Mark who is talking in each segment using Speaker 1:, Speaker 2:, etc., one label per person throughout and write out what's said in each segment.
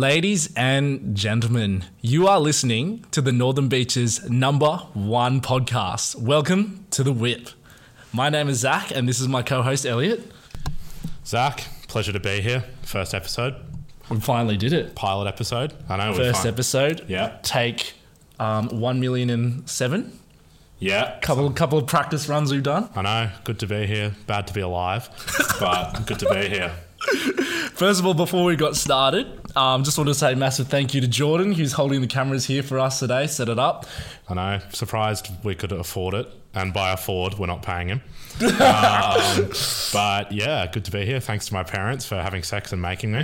Speaker 1: Ladies and gentlemen, you are listening to the Northern Beaches number one podcast. Welcome to The Whip. My name is Zach, and this is my co host, Elliot.
Speaker 2: Zach, pleasure to be here. First episode,
Speaker 1: We finally did it.
Speaker 2: pilot episode. I know. we're
Speaker 1: First
Speaker 2: fine.
Speaker 1: episode.
Speaker 2: Yeah.
Speaker 1: Take um, 1 million and seven.
Speaker 2: Yeah.
Speaker 1: Couple, couple of practice runs we've done.
Speaker 2: I know. Good to be here. Bad to be alive, but good to be here.
Speaker 1: First of all, before we got started, um, just want to say a massive thank you to Jordan, who's holding the cameras here for us today, set it up.
Speaker 2: I know. Surprised we could afford it, and by afford, we're not paying him. Um, but yeah, good to be here. Thanks to my parents for having sex and making me.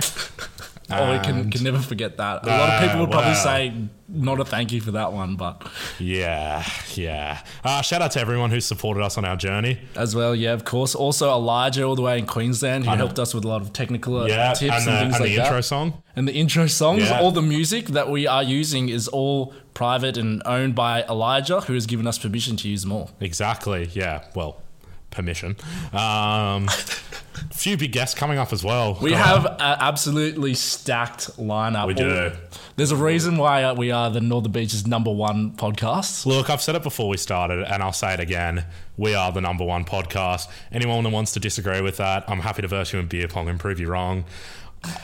Speaker 1: Oh, we can,
Speaker 2: And- Ah,
Speaker 1: can never forget that. A lot of people would probably
Speaker 2: wow.
Speaker 1: say not a thank you for that one, but
Speaker 2: Yeah, yeah. Uh, shout out to everyone who supported us on our journey.
Speaker 1: as well, yeah, of course. Also, Elijah, all the way in Queensland, who
Speaker 2: know.
Speaker 1: helped us with a lot of technical uh,
Speaker 2: Yeah,
Speaker 1: tips
Speaker 2: and
Speaker 1: and,
Speaker 2: the,
Speaker 1: things
Speaker 2: and the
Speaker 1: like that.
Speaker 2: intro song.
Speaker 1: And the intro songs,
Speaker 2: Yeah.
Speaker 1: all the music that we are using is all private and owned by Elijah, who has given us permission to use more.
Speaker 2: Exactly. Yeah. Well, permission. Um, few big guests coming up as well.
Speaker 1: We
Speaker 2: God,
Speaker 1: have an absolutely stacked lineup.
Speaker 2: We do.
Speaker 1: There's a reason why uh, we are the Northern Beaches number one podcast.
Speaker 2: Look, I've said it before we started, and I'll say it again. We are the number one podcast. Anyone that wants to disagree with that, I'm happy to verse you in beer pong and prove you wrong.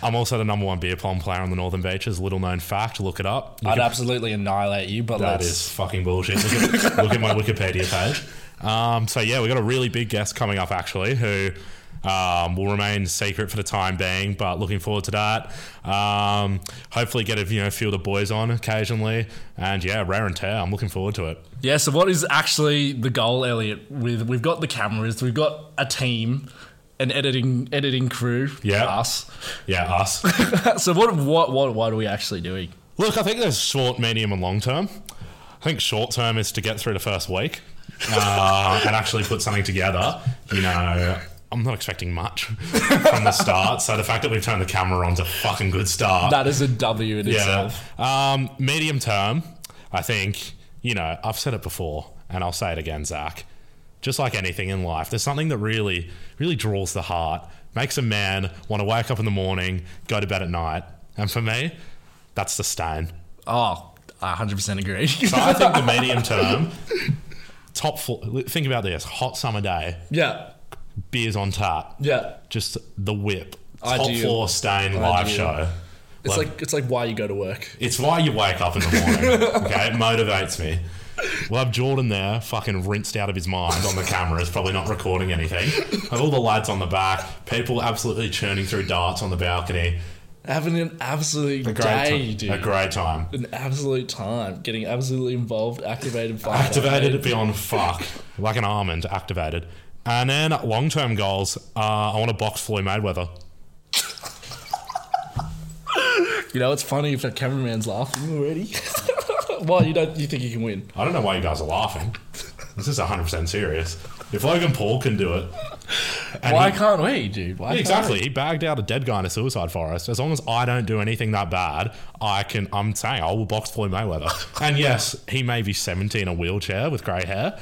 Speaker 2: I'm also the number one beer pong player on the Northern Beaches. Little known fact. Look it up. You
Speaker 1: I'd
Speaker 2: can-
Speaker 1: absolutely annihilate you, but
Speaker 2: That
Speaker 1: let's.
Speaker 2: is fucking bullshit. Look at, look at my Wikipedia page. Um, so yeah, we got a really big guest coming up actually, who um, will remain secret for the time being, but looking forward to that. Um, hopefully, get a you know field of boys on occasionally, and yeah, rare and tear. I'm looking forward to it.
Speaker 1: Yeah, so what is actually the goal, Elliot? With we've got the cameras, we've got a team, an editing editing crew,
Speaker 2: Yeah.
Speaker 1: us.
Speaker 2: Yeah, us.
Speaker 1: So what what what what are we actually doing?
Speaker 2: Look, I think there's short, medium, and long term. I think short term is to get through the first week uh, and actually put something together. You know, I'm not expecting much from the start. So the fact that we've turned the camera on's a fucking good start.
Speaker 1: That is a W in
Speaker 2: yeah.
Speaker 1: itself.
Speaker 2: Um, medium term, I think, you know, I've said it before and I'll say it again, Zach. Just like anything in life, there's something that really, really draws the heart, makes a man want to wake up in the morning, go to bed at night. And for me, that's the stain.
Speaker 1: Oh, I 100% agree.
Speaker 2: So I think the medium term, top floor. Think about this: hot summer day,
Speaker 1: yeah.
Speaker 2: beers on tap,
Speaker 1: Yeah.
Speaker 2: just the whip, top
Speaker 1: Ideal.
Speaker 2: floor stain live
Speaker 1: Ideal.
Speaker 2: show.
Speaker 1: It's
Speaker 2: Like-
Speaker 1: like it's like why you go to work.
Speaker 2: It's why you wake up in the morning. Okay, it motivates me. We'll have Jordan there, fucking rinsed out of his mind on the cameras, probably not recording anything. Have all the lads on the back, people absolutely churning through darts on the balcony.
Speaker 1: Having an absolute
Speaker 2: Great
Speaker 1: day,
Speaker 2: ti-
Speaker 1: dude.
Speaker 2: a great time.
Speaker 1: An absolute time. Getting absolutely involved, activated, fired.
Speaker 2: activated beyond fuck, like an almond activated. And then long term goals, uh, I want to box Floyd Mayweather.
Speaker 1: You know, it's funny if the cameraman's laughing already. Why you don't you think you can win?
Speaker 2: I don't know why you guys are laughing. This is 100% serious. If Logan Paul can do it, and
Speaker 1: Why
Speaker 2: he-
Speaker 1: can't we, dude? Why Can't
Speaker 2: exactly, he bagged out a dead guy in a suicide forest. As long as I don't do anything that bad, I can. I'm saying I will box Floyd Mayweather. And yes, he may be 70 in a wheelchair with grey hair,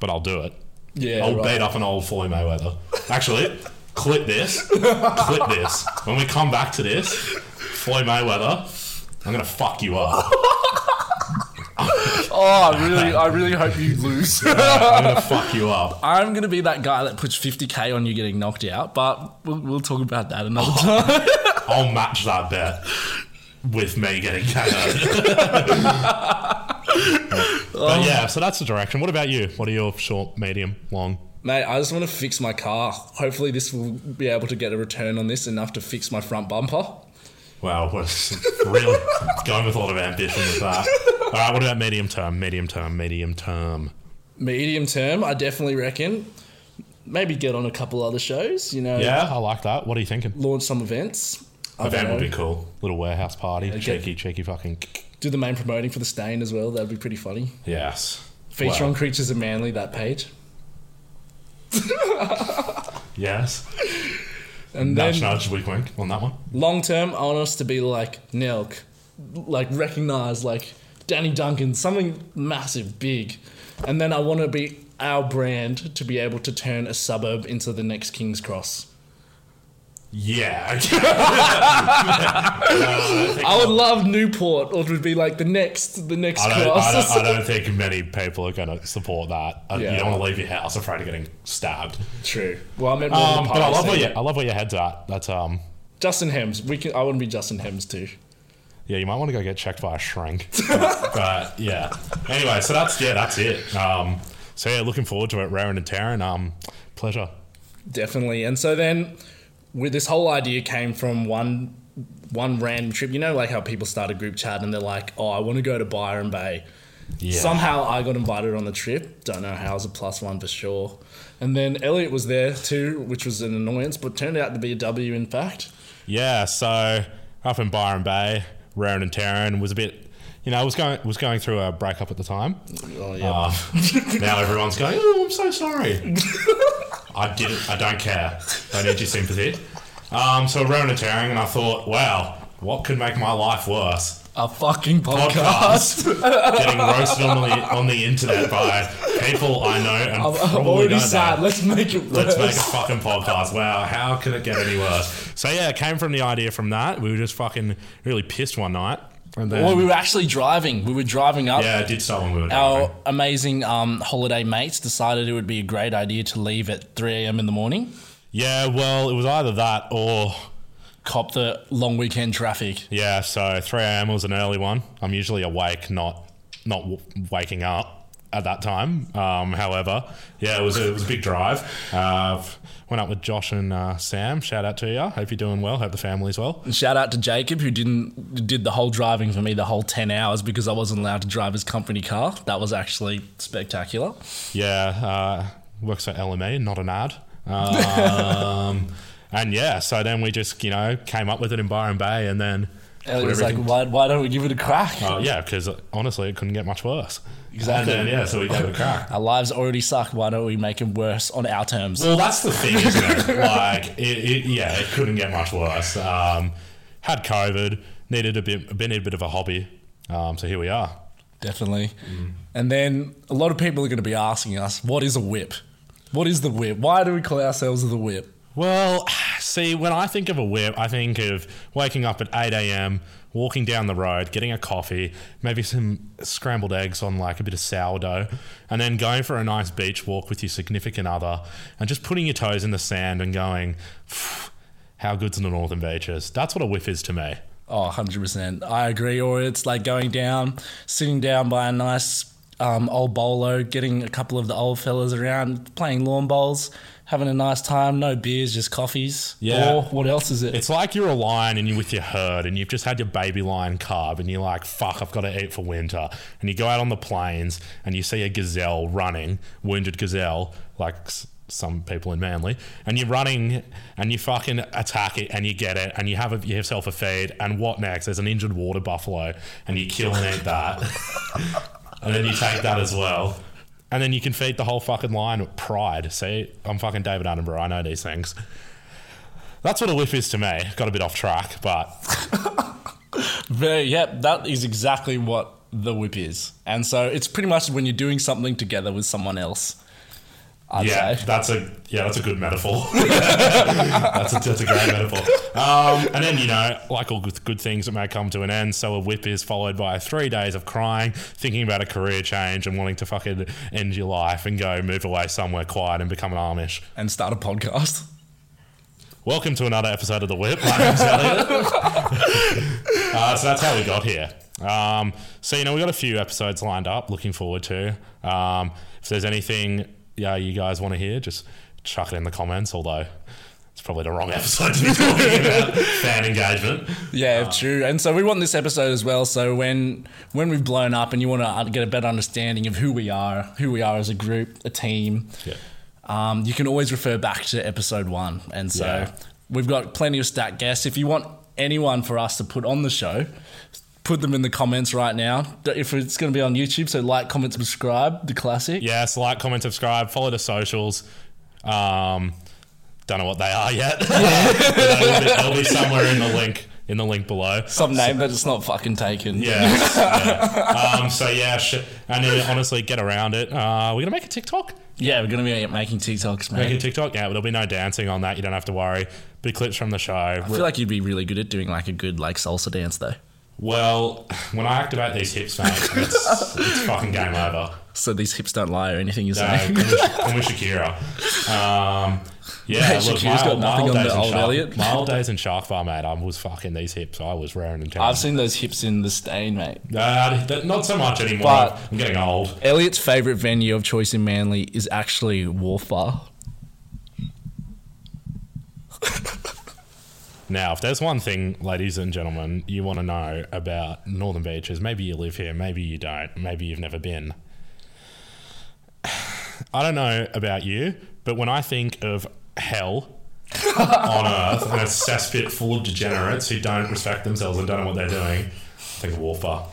Speaker 2: but I'll do it.
Speaker 1: Yeah,
Speaker 2: I'll
Speaker 1: right.
Speaker 2: beat up an old Floyd Mayweather. Actually, clip this. clip this. When we come back to this, Floyd Mayweather, I'm gonna fuck you up.
Speaker 1: Oh, I really, I really hope you lose.
Speaker 2: I'm gonna fuck you up.
Speaker 1: I'm gonna be that guy that puts 50k on you getting knocked out, but we'll, we'll talk about that another time.
Speaker 2: I'll match that bet with me getting KO'd. but yeah, so that's the direction. What about you? What are your short, medium, long?
Speaker 1: Mate, I just want to fix my car. Hopefully, this will be able to get a return on this enough to fix my front bumper.
Speaker 2: Wow, we're really going with a lot of ambition with that. All right, what about medium term? Medium term, medium term.
Speaker 1: Medium term, I definitely reckon. Maybe get on a couple other shows. You know,
Speaker 2: Yeah, I like that. What are you thinking?
Speaker 1: launch some events. I don't
Speaker 2: Event would
Speaker 1: know.
Speaker 2: be cool. Little warehouse party.
Speaker 1: get-
Speaker 2: cheeky, cheeky fucking.
Speaker 1: Do the main promoting for the stain as well. That'd be pretty funny.
Speaker 2: Yes.
Speaker 1: Feature
Speaker 2: Wow.
Speaker 1: on creatures of manly that page,
Speaker 2: Yes.
Speaker 1: and then
Speaker 2: Nudge, nudge, wink, wink on that one.
Speaker 1: long term, I want us to be like Nelk, like recognized, like Danny Duncan, something massive, big. And then I want to be our brand to be able to turn a suburb into the next King's Cross.
Speaker 2: Yeah. Okay.
Speaker 1: I would love Newport, or it would be like the next, the next
Speaker 2: I don't, I,
Speaker 1: class.
Speaker 2: don't, I don't think many people are going to support that. Uh,
Speaker 1: Yeah.
Speaker 2: You don't want to leave your house afraid of getting stabbed.
Speaker 1: True. Well, I meant more
Speaker 2: Um,
Speaker 1: the
Speaker 2: but I love
Speaker 1: party.
Speaker 2: where you, I love where your head's at. That's um,
Speaker 1: Justin Hems. We can. I wouldn't be Justin Hems too.
Speaker 2: yeah, you might want to go get checked by a shrink. but yeah. Anyway, so that's yeah, that's it. Um, so yeah, looking forward to it, Rowan and Taryn. Um, pleasure.
Speaker 1: Definitely. And so then, with this whole idea came from one one random trip. You know, like how people start a group chat and they're like, "Oh, I want to go to Byron Bay."
Speaker 2: Yeah.
Speaker 1: Somehow I got invited on the trip. Don't know how. It was a plus one for sure. And then Elliot was there too, which was an annoyance, but turned out to be a W. In fact,
Speaker 2: Yeah, so up in Byron Bay, Rowan and Taryn was a bit, you know, was going was going through a breakup at the time.
Speaker 1: oh yeah,
Speaker 2: Um, now everyone's going, oh, I'm so sorry. I didn't. I don't care. Don't need your sympathy. Um, so Rowan and Taryn, and I thought, wow, what could make my life worse?
Speaker 1: a fucking podcast.
Speaker 2: Uh, Podcast. Getting roasted on the on the internet by people I know and
Speaker 1: I'm, I'm
Speaker 2: probably
Speaker 1: already
Speaker 2: don't know.
Speaker 1: sad. Let's make it worse.
Speaker 2: Let's make a fucking podcast. Wow, how could it get any worse? So yeah, it came from the idea from that. We were just fucking really pissed one night, and then
Speaker 1: well, we were actually driving. We were driving up.
Speaker 2: yeah, it did start when we were
Speaker 1: Our
Speaker 2: driving.
Speaker 1: amazing um, holiday mates decided it would be a great idea to leave at 3 a.m. in the morning,
Speaker 2: Yeah, well, it was either that or
Speaker 1: cop the long weekend traffic.
Speaker 2: yeah. So three a.m. was an early one. I'm usually awake, not not w- waking up at that time. Um, however, yeah, it was a, it was a big drive. Uh, I've- went up with Josh and uh, Sam. Shout out to you. Hope you're doing well. Hope the family's well.
Speaker 1: And shout out to Jacob who didn't did the whole driving for me the whole 10 hours because I wasn't allowed to drive his company car. That was actually spectacular.
Speaker 2: Yeah, uh, works for LME, not an ad. Um, and yeah, so then we just you know came up with it in Byron Bay, and then
Speaker 1: And it was like,
Speaker 2: everything-
Speaker 1: why, why don't we give it a crack?
Speaker 2: uh, yeah, because honestly, it couldn't get much worse.
Speaker 1: Exactly.
Speaker 2: And then, yeah, so we gave it a crack.
Speaker 1: Our lives already suck. Why don't we make them worse on our terms?
Speaker 2: Well, that's the thing, isn't it? like, it, it, yeah, it couldn't get much worse. Um, had COVID, needed a bit, needed a bit of a hobby. Um, so here we are.
Speaker 1: Definitely. And then a lot of people are going to be asking us, what is a whip? What is the whip? Why do we call ourselves the whip?
Speaker 2: Well, see, when I think of a whip, I think of waking up at 8 a.m., walking down the road, getting a coffee, maybe some scrambled eggs on like a bit of sourdough, and then going for a nice beach walk with your significant other and just putting your toes in the sand and going, "Phew, how good's the Northern Beaches? That's what a whip is to me.
Speaker 1: Oh, 100%. I agree. Or it's like going down, sitting down by a nice um, old bolo, getting a couple of the old fellas around, playing lawn bowls, having a nice time. No beers, just coffees.
Speaker 2: Yeah.
Speaker 1: Or what else is it?
Speaker 2: It's like you're a lion and you're with your herd and you've just had your baby lion calve and you're like, fuck, I've got to eat for winter. And you go out on the plains and you see a gazelle running, wounded gazelle, like s- some people in Manly, and you're running and you fucking attack it and you get it and you have a, yourself a feed. And what next? There's an injured water buffalo and you kill and eat that. and then you take that as well. And then you can feed the whole fucking lion with pride. See, I'm fucking David Attenborough. I know these things. That's what a whip is to me. Got a bit off track, but
Speaker 1: Very, yep, that is exactly what the whip is. And so it's pretty much when you're doing something together with someone else. I'd
Speaker 2: yeah,
Speaker 1: say.
Speaker 2: that's a yeah, that's a good metaphor. that's, a, that's a great metaphor. Um, and then you know, like all good, good things, it may come to an end. So a whip is followed by three days of crying, thinking about a career change, and wanting to fucking end your life and go move away somewhere quiet and become an Amish.
Speaker 1: And start a podcast.
Speaker 2: Welcome to another episode of The Whip. My name's Elliot. uh, so that's how we got here. Um, so, you know, we got a few episodes lined up, looking forward to. Um, if there's anything yeah, you guys want to hear, just chuck it in the comments, although it's probably the wrong episode to be talking about fan engagement. Ah.
Speaker 1: Yeah, true. And so we want this episode as well. So when when we've blown up and you want to get a better understanding of who we are, who we are as a group, a team,
Speaker 2: Yeah.
Speaker 1: um, you can always refer back to episode one. And so
Speaker 2: Yeah.
Speaker 1: we've got plenty of stat guests. If you want anyone for us to put on the show, put them in the comments right now. If it's going to be on YouTube, so like, comment, subscribe, the classic.
Speaker 2: Yeah, so like, comment, subscribe, follow the socials. Um, don't know what they are yet. but they'll, be, they'll be somewhere in the link in the link below.
Speaker 1: Some name that it's not fucking taken.
Speaker 2: Yeah. yeah. Um, so yeah, sh- and then honestly, get around it. Uh, we're gonna make a TikTok.
Speaker 1: Yeah, we're gonna be making TikToks, mate.
Speaker 2: Making TikTok, yeah, there'll be no dancing on that. You don't have to worry. Big clips from the show.
Speaker 1: I feel like you'd be really good at doing like a good like salsa dance though.
Speaker 2: Well, when I activate these hips, mate, it's, it's fucking game over.
Speaker 1: So these hips don't lie or anything you're
Speaker 2: Uh,
Speaker 1: saying.
Speaker 2: call me Sha- call me Shakira. Um, yeah,
Speaker 1: Mate,
Speaker 2: look, my,
Speaker 1: Shakira's got
Speaker 2: old- my
Speaker 1: nothing
Speaker 2: old
Speaker 1: on
Speaker 2: days
Speaker 1: the
Speaker 2: in
Speaker 1: old
Speaker 2: Shark-
Speaker 1: Elliot.
Speaker 2: My old days in Shark Bar, mate, I was fucking these hips. I was raring and
Speaker 1: I've
Speaker 2: tearing.
Speaker 1: seen those hips in the stain, mate.
Speaker 2: Uh, th- not so much anymore.
Speaker 1: But-
Speaker 2: I'm getting old.
Speaker 1: Elliot's favourite venue of choice in Manly is actually Wharf Bar.
Speaker 2: Now, if there's one thing, ladies and gentlemen, you want to know about Northern Beaches, maybe you live here, maybe you don't, maybe you've never been. I don't know about you, but when I think of hell on earth and a cesspit full of degenerates who don't respect themselves and don't know what they're doing, I think of Warfar.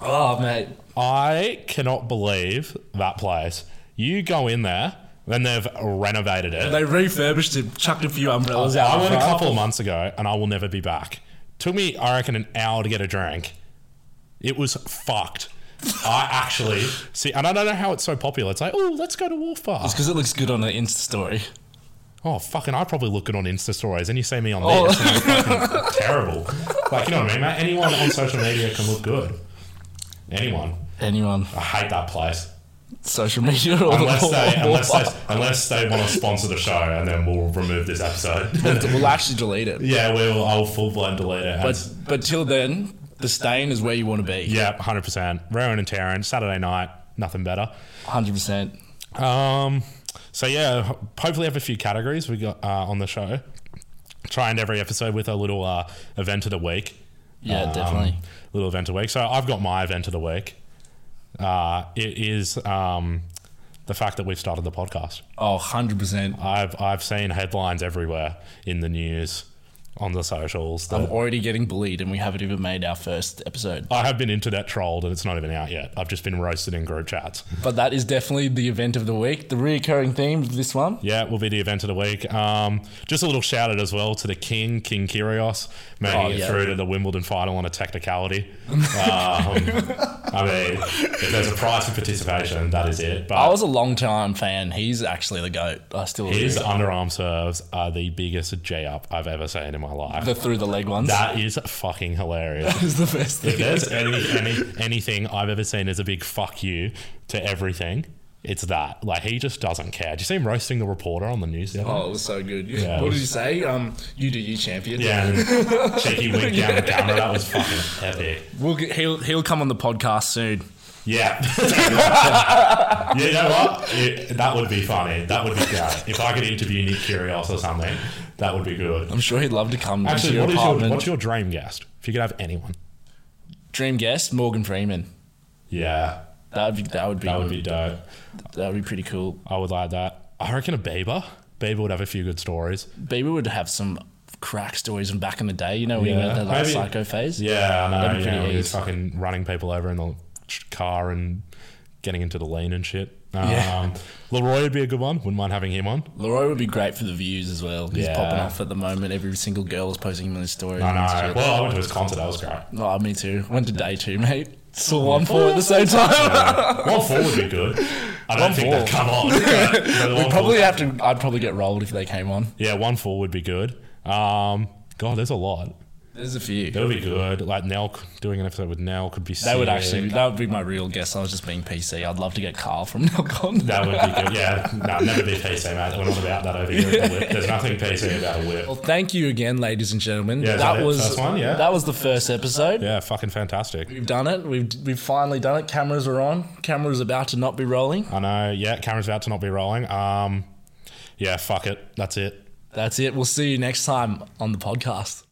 Speaker 1: Oh, mate.
Speaker 2: I cannot believe that place. You go in there, then they've renovated it.
Speaker 1: They refurbished it, chucked a few umbrellas out.
Speaker 2: I
Speaker 1: the
Speaker 2: went a
Speaker 1: front.
Speaker 2: couple of months ago, and I will never be back. Took me, I reckon, an hour to get a drink. It was fucked. I actually see, and I don't know how it's so popular. It's like, oh, let's go to Wolf Bar.
Speaker 1: Because it looks good on an Insta story.
Speaker 2: Oh, fucking, I probably look good on Insta stories, and you see me on
Speaker 1: Oh.
Speaker 2: this, and I'm fucking terrible. Like, you know what I mean, mate? Anyone on social media can look good. Anyone.
Speaker 1: Anyone,
Speaker 2: I hate that place.
Speaker 1: social media or
Speaker 2: Unless they,
Speaker 1: Wharf
Speaker 2: unless
Speaker 1: Bar.
Speaker 2: they, unless they want to sponsor the show, and then we'll remove this episode.
Speaker 1: We'll actually delete it.
Speaker 2: yeah, we'll. I'll full blown delete it.
Speaker 1: But, but till then, the stain is where you want to be.
Speaker 2: Yeah, hundred percent. Rowan and Taryn, Saturday night, nothing better.
Speaker 1: 100%.
Speaker 2: Um, so yeah, ho- hopefully have a few categories we got uh, on the show. Try and every episode with a little uh, event of the week.
Speaker 1: Yeah,
Speaker 2: Um,
Speaker 1: definitely.
Speaker 2: Little event of the week. So I've got my event of the week. Uh, it is um, the fact that we've started the podcast.
Speaker 1: Oh, 100%.
Speaker 2: I've I've seen headlines everywhere in the news, on the socials. that-
Speaker 1: I'm already getting bullied, and we haven't even made our first episode.
Speaker 2: I have been internet trolled and it's not even out yet. I've just been roasted in group chats.
Speaker 1: But that is definitely the event of the week. The recurring theme of this one.
Speaker 2: Yeah, it will be the event of the week. Um, just a little shout out as well to the King, King Kyrgios, making
Speaker 1: Oh,
Speaker 2: it
Speaker 1: yeah.
Speaker 2: through to the Wimbledon final on a technicality. Um, I mean, if there's a prize for participation, that is it.
Speaker 1: I
Speaker 2: But
Speaker 1: was a long time fan. He's actually the goat. I still
Speaker 2: his
Speaker 1: is.
Speaker 2: underarm serves are the biggest J up I've ever seen in my life.
Speaker 1: the through the leg ones.
Speaker 2: that is fucking hilarious.
Speaker 1: is the best
Speaker 2: If
Speaker 1: thing.
Speaker 2: there's any, any anything I've ever seen as a big fuck you to everything, it's that. Like he just doesn't care. Did you see him roasting the reporter on the news? the other
Speaker 1: Oh, it was so good.
Speaker 2: it
Speaker 1: what
Speaker 2: was-
Speaker 1: did you say? Um, you do you, champion.
Speaker 2: Yeah, and cheeky wink down the camera. That was fucking epic.
Speaker 1: We'll get, he'll he'll come on the podcast soon.
Speaker 2: Yeah. you know what? It- that would be funny. That would be great. If I could interview Nick Kyrgios or something, that would be good.
Speaker 1: I'm sure he'd love to come
Speaker 2: Actually,
Speaker 1: to your
Speaker 2: what is your,
Speaker 1: apartment.
Speaker 2: what's your dream guest? If you could have anyone.
Speaker 1: Dream guest Morgan Freeman.
Speaker 2: Yeah,
Speaker 1: That would be that would be
Speaker 2: that would be dope.
Speaker 1: that would be pretty cool.
Speaker 2: I would like that. I reckon a Bieber. Bieber would have a few good stories.
Speaker 1: Bieber would have some crack stories from back in the day. You know, when he
Speaker 2: Yeah.
Speaker 1: went that like,
Speaker 2: Maybe-
Speaker 1: psycho phase.
Speaker 2: Yeah, I know.
Speaker 1: That'd be
Speaker 2: Yeah,
Speaker 1: pretty
Speaker 2: when he was
Speaker 1: easy.
Speaker 2: fucking running people over in the car and getting into the lane and shit. Um,
Speaker 1: Yeah.
Speaker 2: Leroy would be a good one. Wouldn't mind having him on.
Speaker 1: Leroy would be great for the views as well. He's
Speaker 2: Yeah.
Speaker 1: popping off at the moment. Every single girl is posting him in his story. and
Speaker 2: I know.
Speaker 1: shit.
Speaker 2: Well, I went to his concert. That was great.
Speaker 1: Oh, me too. Went to day two, mate. Saw one four at the same time.
Speaker 2: One four would be good. I don't think
Speaker 1: four.
Speaker 2: they'd come on. but- but one four-
Speaker 1: Probably have to. I'd probably get rolled if they came on.
Speaker 2: Yeah, one four would be good. Um, God, there's a lot.
Speaker 1: There's a few.
Speaker 2: That would be good. Like Nell doing an episode with Nell could be.
Speaker 1: That would actually. That would be my real guess. I was just being PC. I'd love to get Carl from Nelcon.
Speaker 2: That would be good. Yeah, no, never be PC, mate. We're not about that over here. At the whip. There's nothing PC about a whip.
Speaker 1: Well, thank you again, ladies and gentlemen.
Speaker 2: Yeah, is that
Speaker 1: that
Speaker 2: it?
Speaker 1: was
Speaker 2: First one, yeah?
Speaker 1: that was the first episode.
Speaker 2: Yeah, fucking fantastic.
Speaker 1: We've done it. We've we've finally done it. Cameras are on. Camera's about to not be rolling.
Speaker 2: I know. Yeah, camera's about to not be rolling. Um, yeah, fuck it. That's it.
Speaker 1: That's it. We'll see you next time on the podcast.